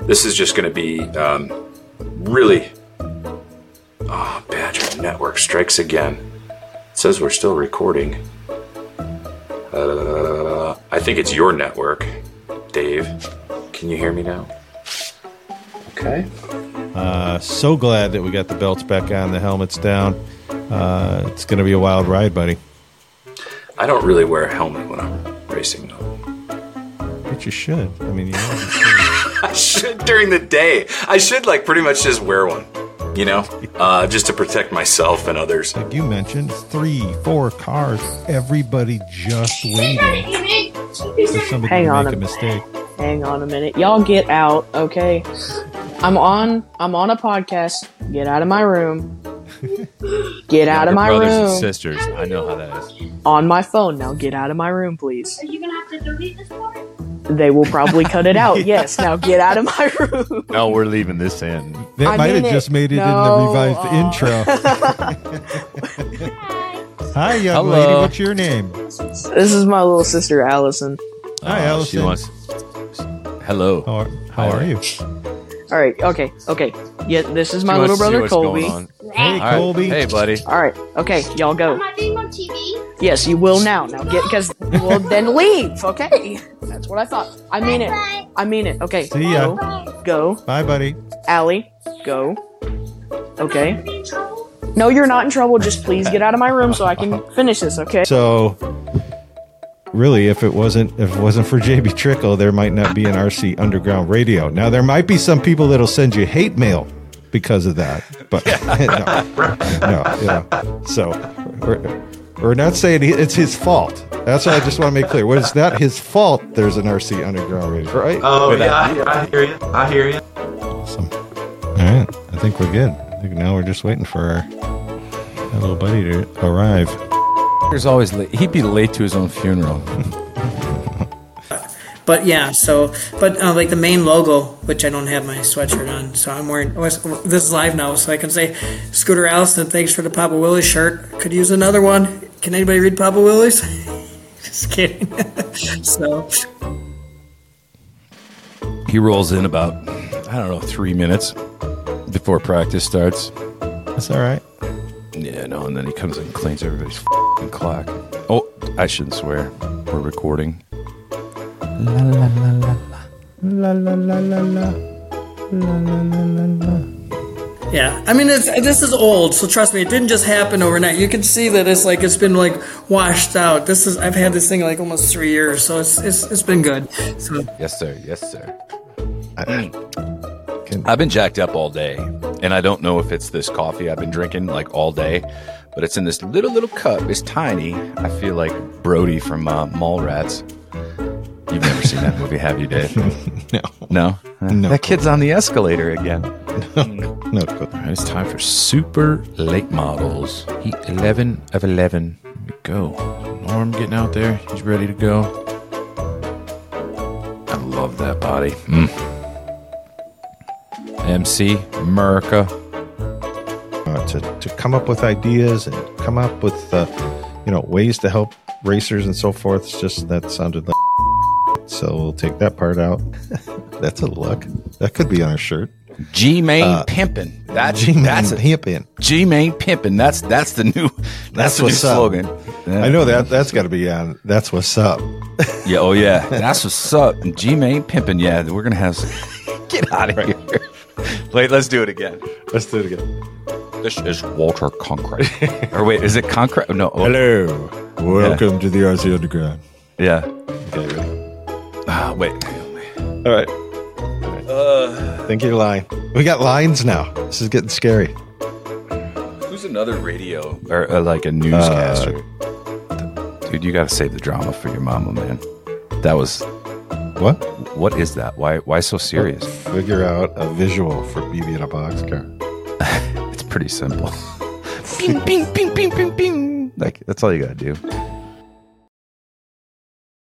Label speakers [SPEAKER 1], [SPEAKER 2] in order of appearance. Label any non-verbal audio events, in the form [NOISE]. [SPEAKER 1] This is just going to be um, really. Ah, Badger Network strikes again. It says we're still recording. Uh, I think it's your network, Dave. Can you hear me now? Okay.
[SPEAKER 2] Uh, so glad that we got the belts back on, the helmets down. Uh, it's going to be a wild ride, buddy.
[SPEAKER 1] I don't really wear a helmet when I'm racing, though. [LAUGHS]
[SPEAKER 2] But you should. I mean, you know,
[SPEAKER 1] I should during the day. I should like pretty much just wear one, you know, uh, just to protect myself and others.
[SPEAKER 2] like you mentioned, three, four cars, everybody just waiting for somebody
[SPEAKER 3] Hang
[SPEAKER 2] to
[SPEAKER 3] on
[SPEAKER 2] make
[SPEAKER 3] a
[SPEAKER 2] a mistake.
[SPEAKER 3] Hang on a minute. Y'all get out, okay? I'm on I'm on a podcast. Get out of my room. Get out of my
[SPEAKER 4] brothers and
[SPEAKER 3] room.
[SPEAKER 4] sisters. I know how that is.
[SPEAKER 3] On my phone. Now get out of my room, please.
[SPEAKER 5] Are you gonna have to delete this part?
[SPEAKER 3] They will probably cut it
[SPEAKER 4] [LAUGHS]
[SPEAKER 3] out. Yes. Now get out of my room.
[SPEAKER 4] No, we're leaving this in.
[SPEAKER 2] That
[SPEAKER 3] I
[SPEAKER 2] might have
[SPEAKER 3] mean it.
[SPEAKER 2] just made it in the
[SPEAKER 3] No,
[SPEAKER 2] revised
[SPEAKER 3] aw. [LAUGHS]
[SPEAKER 2] intro. Hi, young
[SPEAKER 4] Hello.
[SPEAKER 2] lady. What's your name?
[SPEAKER 3] This is my little sister Allison.
[SPEAKER 2] Hi,
[SPEAKER 4] Uh,
[SPEAKER 2] Allison.
[SPEAKER 4] She wants. Hello.
[SPEAKER 2] How are, how are you?
[SPEAKER 3] All right. Okay. Okay. Yeah. This is my
[SPEAKER 4] She
[SPEAKER 3] little
[SPEAKER 4] wants to see
[SPEAKER 3] brother
[SPEAKER 4] what's going
[SPEAKER 3] Colby.
[SPEAKER 4] on.
[SPEAKER 2] Hey,
[SPEAKER 4] All right.
[SPEAKER 2] Colby.
[SPEAKER 4] Hey, buddy.
[SPEAKER 3] All right. Okay. Y'all
[SPEAKER 5] Am
[SPEAKER 3] go.
[SPEAKER 5] I being on TV?
[SPEAKER 3] Yes, you will now. Now get because well then leave. Okay. That's what I thought. I mean it.
[SPEAKER 5] Bye.
[SPEAKER 3] I mean it. Okay.
[SPEAKER 2] See ya.
[SPEAKER 5] Bye.
[SPEAKER 3] Go.
[SPEAKER 2] Bye, buddy.
[SPEAKER 3] Allie, go. Okay.
[SPEAKER 5] Be in trouble?
[SPEAKER 3] No, you're not in trouble. Just please get out of my room so I can finish this, okay?
[SPEAKER 2] So, really, if it wasn't if it wasn't for JB Trickle, there might not be an RC Underground Radio. Now, there might be some people that'll send you hate mail because of that, but [LAUGHS] no, no, you know. So, we're, we're not saying he- it's his fault. That's what I just want to make clear. Well, it's not his fault. There's an RC Underground Radio, right?
[SPEAKER 6] Oh
[SPEAKER 4] Wait,
[SPEAKER 6] yeah, I, I hear you. I hear you.
[SPEAKER 2] Awesome. All right. I think we're good. I think now we're just waiting for our, our little buddy to arrive.
[SPEAKER 4] He's always late. He'd be late to his own funeral.
[SPEAKER 7] But yeah, so but uh, like the main logo, which I don't have my sweatshirt on, so I'm wearing was- this is live now, so I can say, Scooter Allison, thanks for the Papa Willis shirt. Could use another one. Can anybody read Papa Willis? [LAUGHS] Just kidding. [LAUGHS] so
[SPEAKER 4] He rolls in about, I don't know, three minutes before practice starts.
[SPEAKER 2] That's all right.
[SPEAKER 4] Yeah, no, and then he comes and cleans everybody's fing clock. Oh, I shouldn't swear. We're recording.
[SPEAKER 2] La la la la la. La la la la la.
[SPEAKER 7] yeah, I mean it's, this is old, so trust me, it didn't just happen overnight. You can see that it's like it's been like washed out. This is I've had this thing like almost three years, so it's it's, it's been good. So
[SPEAKER 4] Yes, sir. Yes, sir.
[SPEAKER 2] Can-
[SPEAKER 4] I've been jacked up all day, and I don't know if it's this coffee I've been drinking like all day, but it's in this little little cup. It's tiny. I feel like Brody from uh, Mallrats. You've never seen that movie, have you, Dave?
[SPEAKER 2] [LAUGHS] No.
[SPEAKER 4] No.
[SPEAKER 2] No.
[SPEAKER 4] That kid's on the escalator again.
[SPEAKER 2] No. good.
[SPEAKER 4] All right, it's time for super late models. Heat 11 of 11. Here we go. Norm getting out there. He's ready to go. I love that body. Mm. MC America.
[SPEAKER 2] Uh, to, to come up with ideas and come up with uh, you know ways to help racers and so forth. It's just that sounded like [LAUGHS] so we'll take that part out. [LAUGHS] That's a look. That could be on a [LAUGHS] shirt.
[SPEAKER 4] G Main
[SPEAKER 2] Uh,
[SPEAKER 4] Pimpin. That's
[SPEAKER 2] G-Man
[SPEAKER 4] that's a
[SPEAKER 2] Pimpin'.
[SPEAKER 4] G Main Pimpin. That's that's the new that's, the new
[SPEAKER 2] what's up.
[SPEAKER 4] slogan.
[SPEAKER 2] I know that that's got to be on. That's what's up.
[SPEAKER 4] Yeah, oh yeah. That's what's up. G Main Pimpin. Yeah, we're gonna
[SPEAKER 2] [LAUGHS]
[SPEAKER 4] have some- get out of [LAUGHS] here. Wait, let's do it again.
[SPEAKER 2] Let's do it again.
[SPEAKER 4] This is Walter Concrete. [LAUGHS] or wait, is it Concrete? No. oh,
[SPEAKER 2] Hello, welcome to the RC Underground.
[SPEAKER 4] Yeah.
[SPEAKER 2] Okay, ready?
[SPEAKER 4] Ah, wait.
[SPEAKER 2] All right. Think you're lying. We got lines now. This is getting scary.
[SPEAKER 4] Who's another radio or uh, like a newscaster? Dude, you got to save the drama for your mama, man. That was
[SPEAKER 2] What?
[SPEAKER 4] what is that? Why why so serious?
[SPEAKER 2] Figure out a visual for BB in a boxcar.
[SPEAKER 4] It's pretty simple. bing, bing, bing, bing, bing, bing. Like that's all you gotta do.